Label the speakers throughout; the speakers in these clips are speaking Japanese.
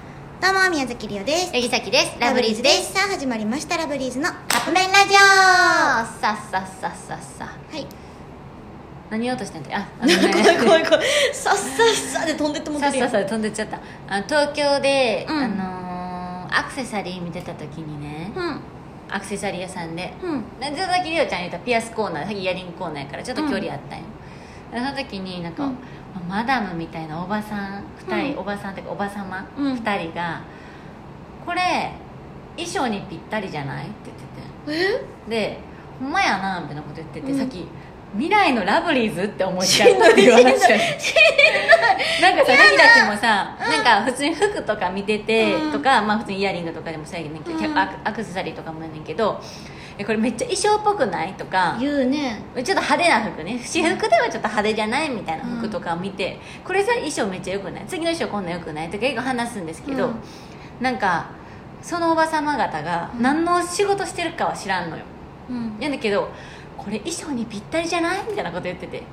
Speaker 1: どうも宮崎りおです
Speaker 2: 八木崎ですラ
Speaker 1: ラ
Speaker 2: ブ
Speaker 1: ブ
Speaker 2: リ
Speaker 1: リ
Speaker 2: ー
Speaker 1: ーズ
Speaker 2: ズで
Speaker 1: ですすさあ始まりましたラブリーズのカップ麺ラジ
Speaker 2: あーさっさっさっさっさ
Speaker 1: オはい
Speaker 2: 何言おうとしたんだっけああのね
Speaker 1: 怖い怖い怖いさっさっさで飛んでっても
Speaker 2: さっ
Speaker 1: る
Speaker 2: さ
Speaker 1: よ
Speaker 2: っさで飛んでっちゃったあの東京で、
Speaker 1: うん
Speaker 2: あのーアクセサリー見てた時にねアクセサリー屋さんで
Speaker 1: うんうん
Speaker 2: でその時りおちゃん言ったピアスコーナーイヤリングコーナーやからちょっと距離あったんよ、でその時になんか、
Speaker 1: うん
Speaker 2: マダムみたいなおばさん2人、
Speaker 1: うん
Speaker 2: おばさんというかおばさま、
Speaker 1: うん
Speaker 2: 2人が「これ衣装にぴったりじゃない?」って言ってて
Speaker 1: え
Speaker 2: で「ほんまやな」みたいなこと言ってて、
Speaker 1: うん
Speaker 2: さっき「未来のラブリーズ」って 思いちゃった っていう話だねなんかさ何だってもさ、なんか普通に服とか見てて
Speaker 1: うん
Speaker 2: とか、まあ普通にイヤリングとかでもそうやねんけど、
Speaker 1: うん
Speaker 2: アクアクセサリーとかもやねんけどえこれめっちゃ衣装っぽくないとかち
Speaker 1: 言うね
Speaker 2: ょっと派手な服ね私服ではちょっと派手じゃないみたいな服とかを見て、これさ衣装めっちゃ良くない次の衣装こんな良くないとか結構話すんですけど、
Speaker 1: うん
Speaker 2: なんかそのおば様方が
Speaker 1: うん
Speaker 2: 何の仕事してるかは知らんのよ、
Speaker 1: うん
Speaker 2: やだけどこれ衣装にぴったりじゃないみたいなこと言ってて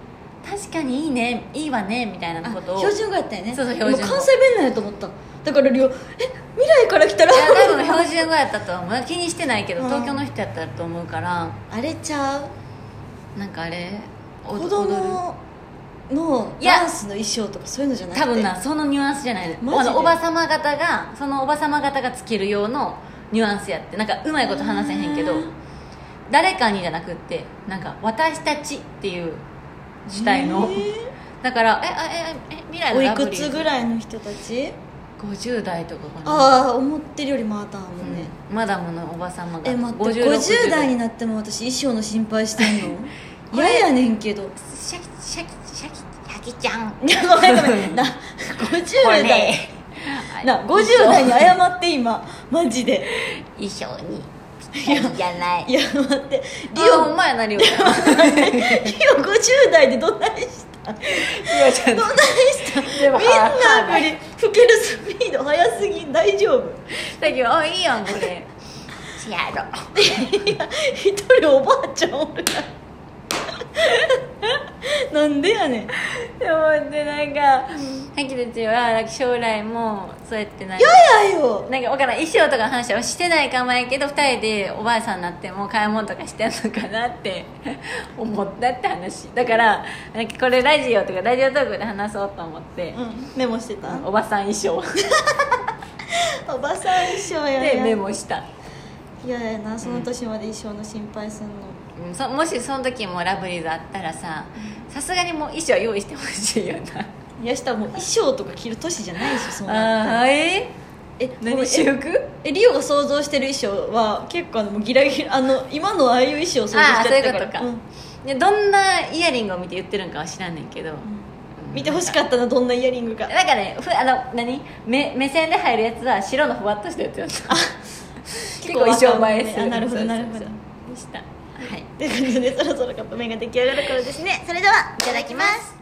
Speaker 2: 確かにいいねいいわねみたいな
Speaker 1: あ
Speaker 2: ことを
Speaker 1: 標準語やったよね
Speaker 2: そうそう標準語
Speaker 1: 今関西弁なんやと思っただからりおえ未来から来たら
Speaker 2: いや多分標準語やったとは思う気にしてないけど
Speaker 1: うん
Speaker 2: 東京の人やったと思うから
Speaker 1: あれちゃう
Speaker 2: なんかあれお
Speaker 1: 子
Speaker 2: 踊る
Speaker 1: 供の
Speaker 2: いや
Speaker 1: ダンスの衣装とかそういうのじゃなくて
Speaker 2: 多分なそのニュアンスじゃない
Speaker 1: マジで
Speaker 2: あのおば様方がそのおば様方がつける用のニュアンスやってなんかうまいこと話せへんけど
Speaker 1: うん
Speaker 2: 誰かにじゃなくってなんか私たちっていう主体の、
Speaker 1: え
Speaker 2: だからえあえええ未来
Speaker 1: ー
Speaker 2: の
Speaker 1: おい
Speaker 2: ラブ
Speaker 1: く
Speaker 2: リー
Speaker 1: つ
Speaker 2: ズ
Speaker 1: ぐらいの人たち
Speaker 2: 50代とかかな
Speaker 1: ああ思ってるよりもあったもんね、
Speaker 2: うんマダムのおばさまが
Speaker 1: え待って
Speaker 2: 56
Speaker 1: 50代に
Speaker 2: な
Speaker 1: なっても私衣装の心配して んの
Speaker 2: これ
Speaker 1: 嫌やねん けど
Speaker 2: シャキシャキシャキシャキちゃん
Speaker 1: ごめんご めんな50
Speaker 2: これ
Speaker 1: 代、
Speaker 2: ね
Speaker 1: な50代に謝って今マジで
Speaker 2: 衣装にぴったりじゃない
Speaker 1: いや待ってリ
Speaker 2: リオほ
Speaker 1: オ
Speaker 2: んまやなリオリ
Speaker 1: リオ50代でどんなにしたどん
Speaker 2: オちゃん
Speaker 1: なに した
Speaker 2: でも
Speaker 1: みんな
Speaker 2: は
Speaker 1: より老けるスピード速すぎん大丈夫
Speaker 2: さっきは「おいいいやんこれ」せ やろ
Speaker 1: いや一人おばあちゃんおるやん なんでやねん
Speaker 2: でもでなんかさっきたちはなんか将来もそうやってなんか
Speaker 1: 嫌やよ
Speaker 2: なんか分からん衣装とかの話はしてないかもやけど2人でおばあさんになっても買い物とかしてんのかなって 思ったって話だからなんかこれラジオとかラジオトークで話そうと思って、
Speaker 1: うんメモしてた
Speaker 2: おばさん衣装
Speaker 1: おばさん衣装や
Speaker 2: でメモした、
Speaker 1: いややなその年まで衣装の心配すんの、
Speaker 2: うんそもしその時もラブリーズあったらささすがにもう衣装用意してほしいよ
Speaker 1: 宮下もう衣装とか着る年じゃないしそん
Speaker 2: な
Speaker 1: な
Speaker 2: あーえ
Speaker 1: え
Speaker 2: ー、何
Speaker 1: え
Speaker 2: 私服
Speaker 1: えリオが想像してる衣装は結構あのもうギラギラあの今のああいう衣装を想像しちゃったから
Speaker 2: あーそういうことか
Speaker 1: ん
Speaker 2: でどんなイヤリングを見て言ってるんかは知らんねんけど、うん
Speaker 1: 見てほし かったなどんなイヤリングか
Speaker 2: なんかねふあの何目目線で入るやつは白のふわっとしたやつや った結構衣装映えする
Speaker 1: あなるほどなるほど
Speaker 2: そうそうそうでしたはい
Speaker 1: ということでそろそろカップ麺が出来上がる頃ですねそれではい
Speaker 2: ただきます